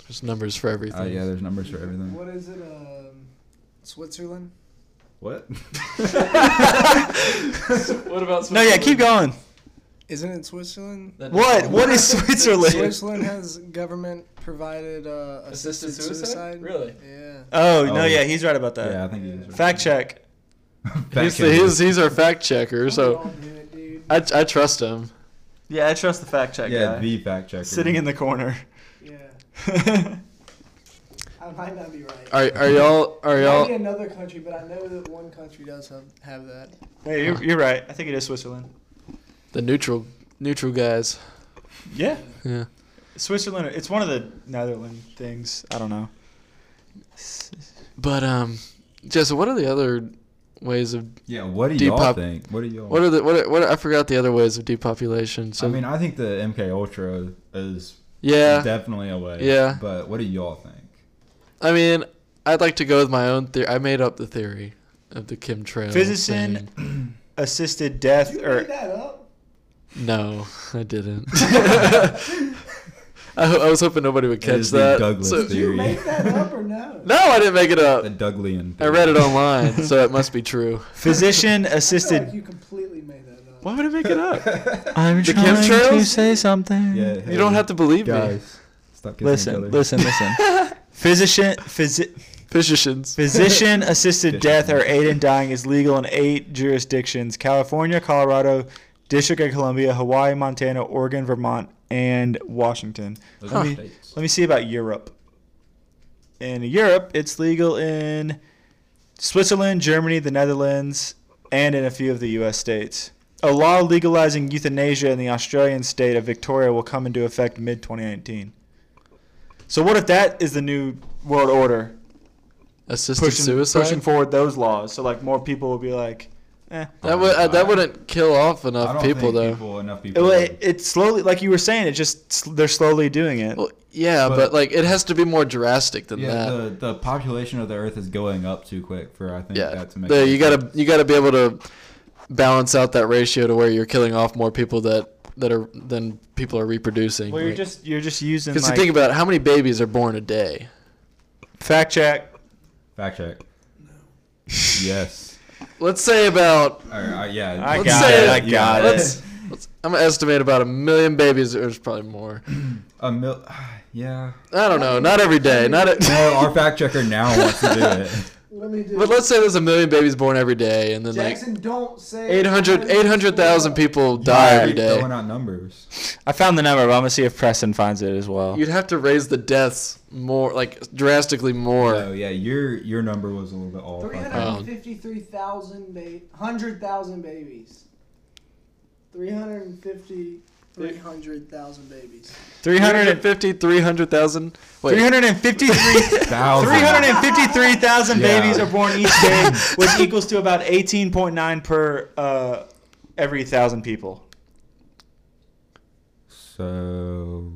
There's numbers for everything. uh, yeah, there's numbers for everything. What is it? Um, Switzerland. What? What about no, yeah, keep going. Isn't it Switzerland? What? What is Oh, Switzerland? Switzerland has government provided uh, assisted, Assisted suicide? suicide? Really? Yeah. Oh no, Oh. yeah, he's right about that. yeah, I think it is. Fact check. He's, the, he's, he's our fact checker, so Don't do it, dude. I, I trust him. Yeah, I trust the fact check yeah, the fact checker. Sitting in the corner. Yeah. I might not be right. Are, are y'all are Maybe y'all another country, but I know that one country does have, have that. hey, you're, you're right. I think it is Switzerland. the neutral neutral guys? Yeah. Yeah. Switzerland. It's one of the Netherlands things. I don't know. But um, Jesse, what are the other ways of Yeah, what do Depop- y'all think? What do y'all? what are the what are, what are, I forgot the other ways of depopulation? So I mean, I think the MK Ultra is yeah, definitely a way. Yeah. But what do y'all think? I mean, I'd like to go with my own theory. I made up the theory of the chemtrail. Physician thing. assisted death Made or that up? No, I didn't. I, ho- I was hoping nobody would It catch is that. the Douglas So- Did you theory. make that up or no? no, I didn't make it up. the Douglian. I read it online, so it must be true. physician I feel like assisted. you completely made that up. Why would I make it up? I'm The trying to chemtrails? say something. Yeah, hey, You don't have to believe me. guys. Stop kissing each other. Listen, listen, listen. Physician, phys- Physicians. physician assisted death or aid in dying is legal in eight jurisdictions: California, Colorado, District of Columbia, Hawaii, Montana, Oregon, Vermont, and Washington. Those Let are me, states. let me see about Europe. In Europe, it's legal in Switzerland, Germany, the Netherlands, and in a few of the U.S. states. A law legalizing euthanasia in the Australian state of Victoria will come into effect mid 2019. So, what if that is the new world order? Assisted Pushing, suicide. pushing forward those laws. So, like, more people will be like, eh. that would uh, that wouldn't kill off I enough don't people think though. People, enough people. Well, It, it slowly, like you were saying, it just, they're slowly doing it. Well, yeah, but, But- like it has to be more drastic than yeah, that. the, the population of the Earth is going up too quick for I think yeah, that to make. there, sense. you gotta you gotta be able to balance out that ratio to where you're killing off more people that that are than people are reproducing. Well, you're just, you're just using. because Like, you think about it, how many babies are born a day. fact check. fact check. yes. Let's say about All right, yeah. I let's got say it, I got it. Let's, let's, I'm gonna estimate about a million babies. There's probably more. A mil- yeah. I don't know. Not every day. Not a, No, our fact checker now wants to do it. Let me do but let's say there's a million babies born every day, and then Jackson, don't say. like 800 800,000 people die Alright, every day. Throwing out numbers. I found the number, but I'm gonna see if Preston finds it as well. You'd have to raise the deaths more, like drastically more. Oh yeah, your your number was a little bit off. I think. 353,000 ba- 100,000 babies. 350, 300,000 babies. 300 350, 300,000. Wait, 353 Thousand. 353,000 Yeah. babies are born each day, which equals to about 18.9 per uh, every thousand people. So,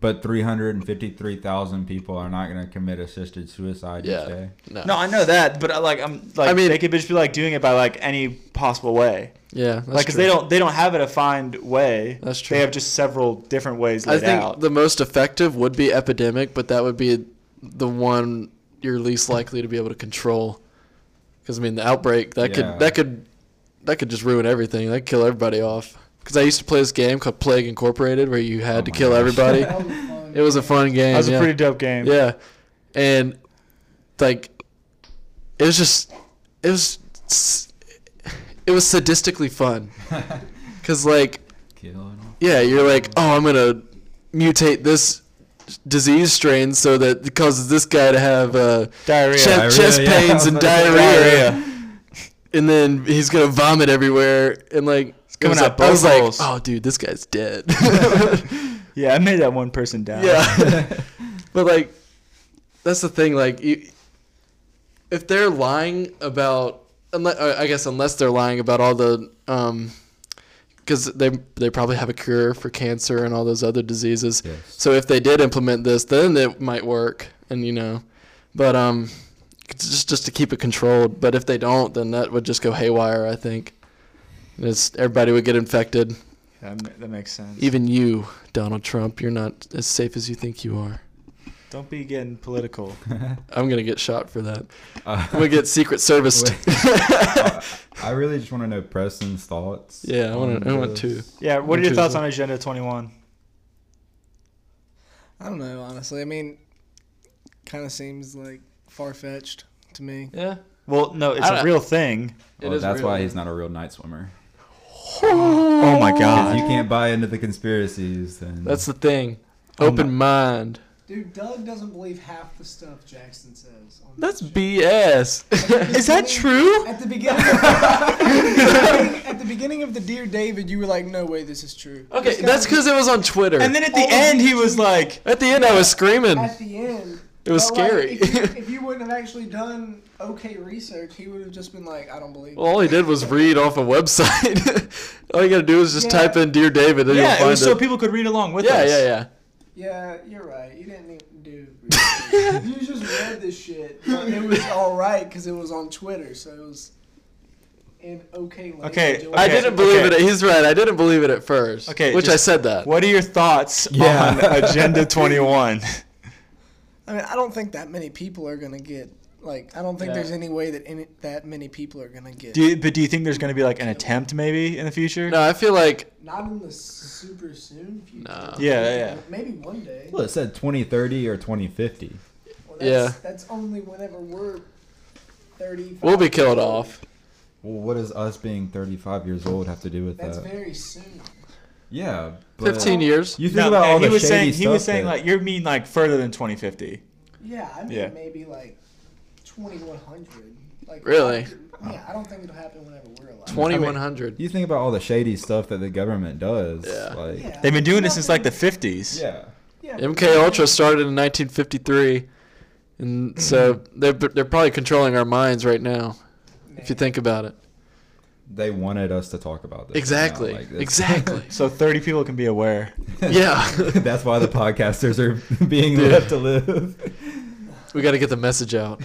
but 353,000 people are not going to commit assisted suicide yeah. each day. No. No, I know that, but I, like I'm like I mean- they could just be like doing it by like any possible way, Yeah. That's like because true. they don't they don't have a defined way. That's true. They have just several different ways I laid think out. the most effective would be epidemic, but that would be the one you're least likely to be able to control. Because I mean, the outbreak that Yeah. could that could that could just ruin everything. That could kill everybody off. Because I used to play this game called Plague Incorporated where you had to kill everybody. it was a fun game. Oh That was a yeah. pretty dope game. Yeah, and like it was just it was s- it was sadistically fun because like Kill and all. yeah you're like oh I'm gonna mutate this disease strain so that it causes this guy to have uh, Diarrhea. chest, Diarrhea, chest yeah. pains and diarrhea. And then he's gonna vomit everywhere, and like it coming was out like- I was both like, holes. "Oh, dude, this guy's dead." Yeah, I made that one person die. Yeah. but like that's the thing like you, if they're lying about unless I guess unless they're lying about all the um cuz they they probably have a cure for cancer and all those other diseases. Yes. So if they did implement this, then it might work and you know. But um it's just just to keep it controlled, but if they don't, then that would just go haywire, I think. And It's, everybody would get infected. That, ma- that makes sense. Even you, Donald Trump, you're not as safe as you think you are. Don't be getting political. I'm gonna get shot for that. Uh, I'm gonna get Secret Service. I really just want to know Preston's thoughts. yeah, I want to. I on want this. to. Yeah, what are your Interesting. thoughts on Agenda 21? I don't know, honestly. I mean, kind of seems like far fetched to me. Yeah, Well, no, it's I don't- a real thing. It Well, is that's real. why he's not a real night swimmer. Oh my If you can't buy into the conspiracies, then that's the thing. Open mind. Dude, Doug doesn't believe half the stuff Jackson says. On That's BS. Is that true? At the beginning, at the beginning of the Dear David, you were like, "No way, this is true." okay, that's because it was on Twitter. And then at the Oh, end, he you- was like, at the end, I was screaming. at the end, It was but, like, scary. if, you, if you wouldn't have actually done okay research, he would have just been like, "I don't believe." Well, all he did was read off a website. all you gotta do is just Yeah. type in "Dear David," and yeah, it you'll find was so people could read along with yeah, us. yeah, yeah. Yeah, you're right. You didn't even do. research. you just read this shit. But it was all right because it was on Twitter, so it was in okay language. Okay, It I wasn't- didn't believe okay. it. He's right. I didn't believe it at first. Okay, which I just- said that. What are your thoughts Yeah. on Agenda 21? I mean, I don't think that many people are gonna get. Like, I don't think Yeah. there's any way that any, that many people are gonna get. Do you, but do you think there's going to be like an attempt maybe in the future? No, I feel like Not in the super soon future. no. Yeah, yeah. Maybe one day. well, it said 2030 or 2050. Well, Yeah. That's only whenever we're 30. We'll be killed off. Well, what does us being 35 years old have to do with That's that? very soon. yeah, but uh, Fifteen years. You think No, about yeah, all he the was shady saying stuff. he was saying that- like you mean like further than 2050. Yeah, I mean, Yeah. maybe like 2100. Like, Really? Yeah, I don't think it'll happen whenever we're alive. Twenty one hundred. you think about all the shady stuff that the government does. Yeah. Like, Yeah. They've been doing this since like the 50s. yeah. Yeah. MK Ultra started in 1953, and so they're they're probably controlling our minds right now. If you think about it, They wanted us to talk about this. exactly, You know, like, it's- exactly, So 30 people can be aware. yeah. That's why the podcasters are being left to live. we got to get the message out.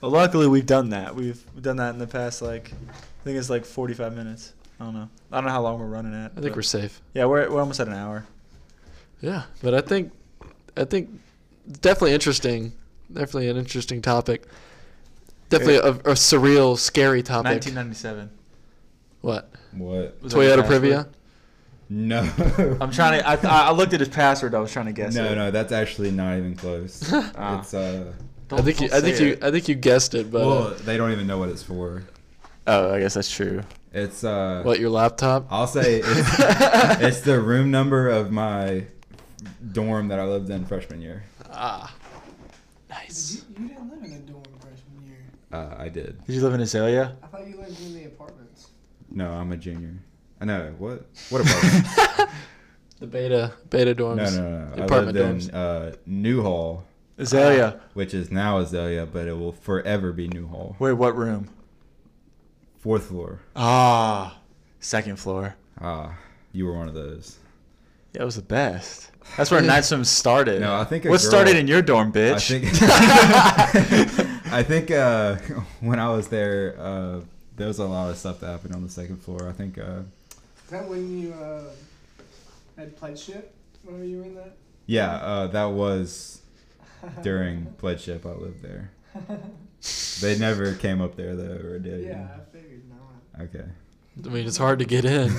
Well, luckily we've done that. We've done that in the past like I think it's like 45 minutes. I don't know. I don't know how long we're running at. I think we're safe. yeah, we're we're almost at an hour. Yeah, but I think, I think, definitely interesting. Definitely an interesting topic. Definitely a, a surreal, scary topic. 1997. What? What? Was that the Toyota password? Privia. No. I'm trying to. I, th- I I looked at his password. I was trying to guess. No, it. no, that's actually not even close. Ah. It's uh. I think you, I think you I think you guessed it, but Well, uh, they don't even know what it's for. Oh, I guess that's true. It's uh. what your laptop? I'll say it's, it's the room number of my dorm that I lived in freshman year. Ah, nice. You, you didn't live in a dorm freshman year. Uh, I did. Did you live in Azalea? I thought you lived in the apartments. No, I'm a junior. I know what? What apartment? The beta beta dorms. no, no, no. The I Oh, apartment lived in uh, Newhall, Azalea. which is now Azalea, but it will forever be Newhall. Wait, what room? Fourth floor. Ah, second floor. Ah, you were one of those. Yeah, it was the best. That's where Night Swim started. No, I think a what girl- started in your dorm, bitch? I think. I think uh, when I was there, uh, there was a lot of stuff that happened on the second floor. I think. Uh, Is that when you uh, had pledge ship? Whenever you were in that? Yeah, uh, that was during Pledgeship. I lived there. They never came up there though, or did? you? yeah, I figured not. Okay. I mean, it's hard to get in.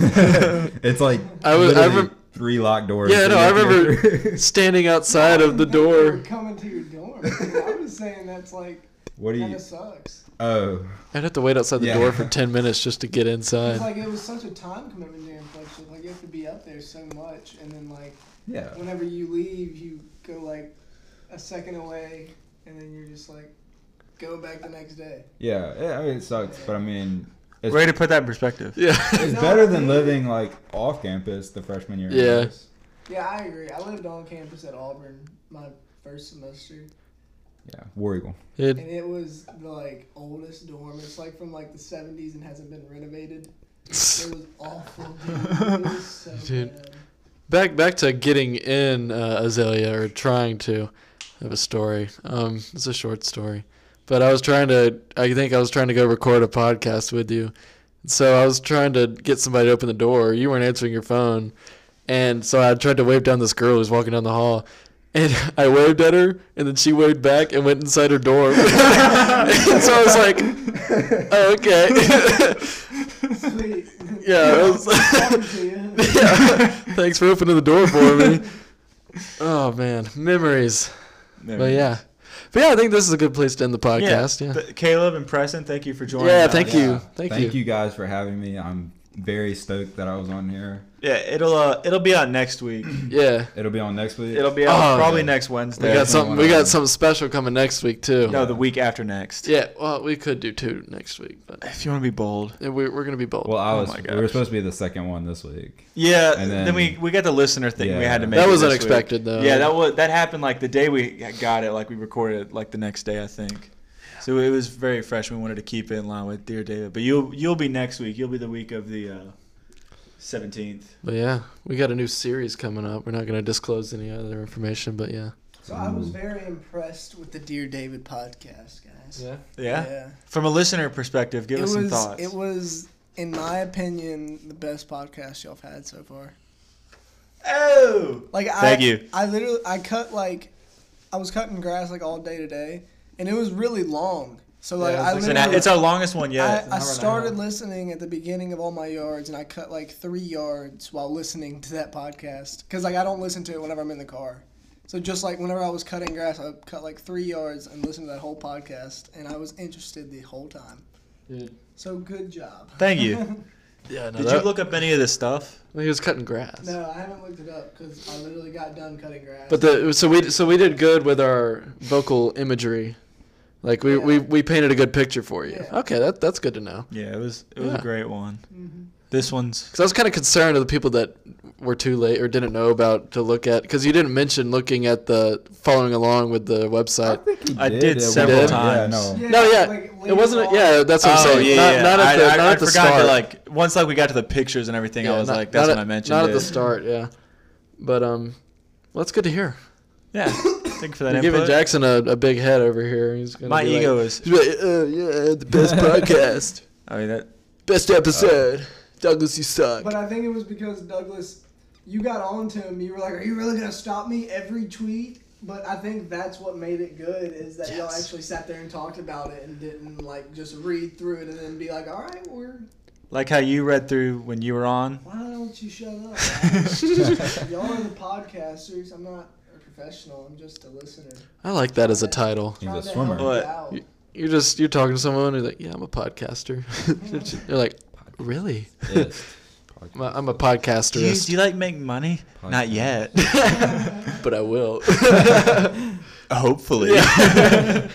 it's like I was- I literally rem- three locked doors. yeah, no, I remember Here. standing outside of the door. Coming to your dorm. I was saying that's like what do kind you? of sucks. Oh, I'd have to wait outside the Yeah. door for 10 minutes just to get It's inside. like it was such a time commitment to inflection. Like you have to be up there so much, and then like yeah. whenever you leave, you go like a second away, and then you're just like go back the next day. Yeah, yeah, I mean, it sucks, but I mean, it's, Way to put that in perspective. Yeah. it's better than living like off campus the freshman year. of Yeah. campus. Yeah, I agree. I lived on campus at Auburn my first semester, yeah, War Eagle. It, and it was the like oldest dorm. It's like from like the '70s and hasn't been renovated. It was awful. Dude. It was so Dude. bad. back back to getting in uh, Azalea or trying to. I have a story. Um, it's a short story, but I was trying to. I think I was trying to go record a podcast with you, so I was trying to get somebody to open the door. You weren't answering your phone, and so I tried to wave down this girl who's walking down the hall. And I waved at her, and then she waved back and went inside her door. and so I was like, oh, "Okay, Sweet. yeah." I was- Talking to you. yeah. Thanks for opening the door for me. oh man, memories. But yeah, but yeah, I think this is a good place to end the podcast. Yeah, Th- Caleb and Preston, thank you for joining. Yeah, us. thank you. Thank you. guys for having me. I'm very stoked that I was on here. Yeah, it'll uh, it'll be out next week. yeah. It'll be on next week. It'll be out Oh, probably yeah. next We Wednesday. got something. We got on. something special coming next week too. no, the week after next. Yeah, well, we could do two next week, but If you want to be bold. we're, we're gonna be bold. well, I Oh was. my we were gosh. supposed to be the second one this week. Yeah, And then, then- we we got the listener thing we Yeah. had to make. That it was this week. unexpected, though. Yeah, that was that happened like the day we got it. Like we recorded it, like the next day, I think. So it was very fresh. We wanted to keep it in line with Dear David, but you'll you'll be next week. You'll be the week of the uh, seventeenth. But yeah, we got a new series coming up. We're not gonna disclose any other information, but yeah. So I was very impressed with the Dear David podcast, guys. yeah? From a listener perspective, give it us some was thoughts. it was in my opinion the best podcast y'all've had so far. oh, Like I Thank you. I literally I cut like I was cutting grass like all day today and it was really long. So like Yeah, I it's, an, literally it's our longest one yet. I, I started listening at the beginning of all my yards and I cut like 3 yards while listening to that podcast cuz like I don't listen to it whenever I'm in the car. So just like whenever I was cutting grass I cut like 3 yards and listened to that whole podcast and I was interested the whole time. Yeah. So good job. Thank you. Yeah. No, Did that- you look up any of this stuff? He was cutting grass. No, I haven't looked it up because I literally got done cutting grass. But the so we so we did good with our vocal imagery, like we, we, we painted a good picture for you. Yeah. Okay, that that's good to know. Yeah, it was it was Yeah. a great one. Mm-hmm. This one's Because I was kind of concerned of the people that were too late or didn't know about to look at. Because you didn't mention looking at the following along with the I website. think he I did, did at one several point. times. Yeah, no. um, no, yeah, like, it later wasn't. on. Yeah, that's what I'm Oh, saying. Oh, not, not at I, the I- not I at the forgot start. to like once like we got to the pictures and everything. Yeah, I was not- like, that's not when at- I mentioned Not it. at the start, yeah. But um, well, that's good to hear. Yeah, thank you for that You're input. giving Jackson a, a big head over here. He's gonna My be like- ego is. He's like, "Uh, yeah, the best podcast. I mean that. Best episode. Douglas, you suck. But I think it was because Douglas, you got on to him. You were like, "Are you really gonna stop me every tweet?" But I think that's what made it good is that y'all Yes. actually sat there and talked about it and didn't like just read through it and then be like, "All right, we're Like how you read through when you were on. why don't you shut up?" y'all are the podcasters. I'm not a professional. I'm just a listener. I like that as a title. Trying to help swimmer. you What? out. You're just you're talking to someone who's like, yeah, I'm a podcaster. They're like, really? Yes. I'm a, I'm a Do you, do podcasterist, you like make money? Not yet. but I will. Hopefully.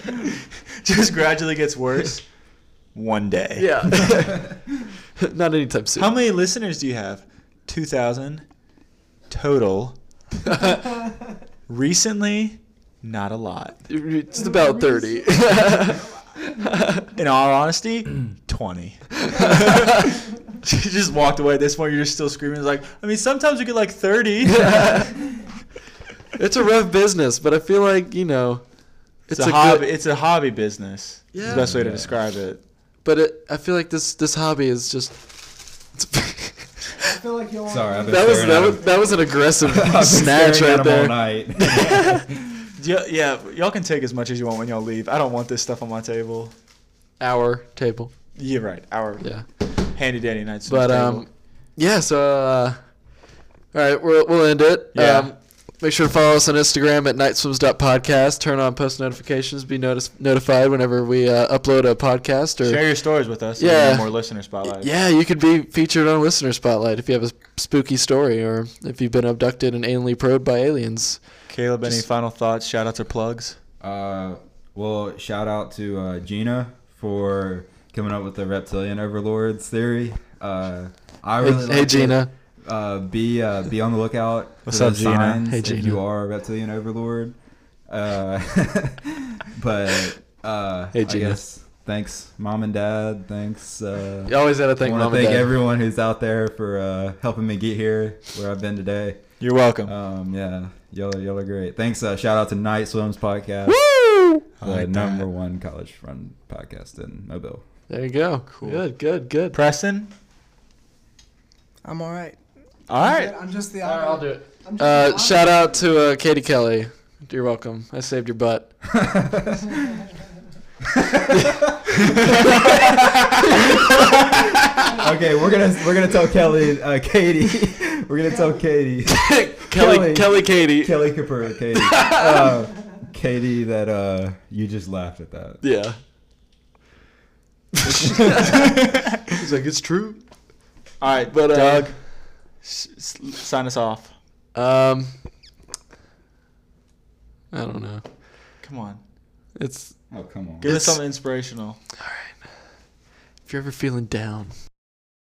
Just gradually gets worse. One day. yeah. Not anytime soon. How many listeners do you have? 2,000 total. Recently, not a lot. It's about thirty. In all honesty, 20. she just walked away. At this point, you're just still screaming. It's like, I mean, sometimes you get like 30. it's a rough business, but I feel like you know, It's, a, hobby. good- it's a hobby business. Yeah. Is Yeah. the best way to Yeah. describe it. but it, I feel like this this hobby is just. I feel like y'all. Sorry, I've been that was staring that at was him. that was an aggressive I've been snatch staring right at there. him all night. Yeah, yeah, y'all can take as much as you want when y'all leave. I don't want this stuff on my table. Hour table. Yeah, right. Our Yeah. handy dandy nights. But um, yeah. So uh, all right, we'll we'll end it. Yeah. Um, make sure to follow us on Instagram at nightswims.podcast. Turn on post notifications. Be notice- notified whenever we uh, upload a podcast or share your stories with us. Yeah. Yeah, more listener spotlight. Yeah, you could be featured on Listener Spotlight if you have a spooky story or if you've been abducted and alienly probed by aliens. Caleb, any final thoughts? Shout outs or plugs? Uh, well, shout out to uh, Gina for coming up with the reptilian overlords theory. Uh, I Hey, really hey, liked it. Gina. Uh, be uh, be on the lookout What's for up, the Gina? signs Hey, that Gina. you are a reptilian overlord. Uh, but uh, Hey, I Gina. guess thanks, mom and dad. Thanks. Uh, You always gotta thank I want mom to thank and dad. everyone who's out there for uh, helping me get here where I've been today. You're welcome. Um, yeah, y'all, y'all are great. Thanks. Uh, shout out to Night Swims Podcast, Woo! the I like number that. one college run podcast in Mobile. There you go. Good, good, good. Preston. I'm all right. All right. I'm just the it. Uh, shout out to uh, Katie Kelly. You're welcome. I saved your butt. Okay, we're gonna we're gonna tell Kelly, uh, Katie, we're gonna tell Katie, Kelly, Kelly, Katie. Kelly Cooper, Katie, uh, Katie, that uh, you just laughed at that. Yeah. He's like, it's true. All right, But, but uh, Doug, s- s- sign us off. Um, I don't know. Come on, It's Oh come on. give It's- us something inspirational. if you're ever feeling down.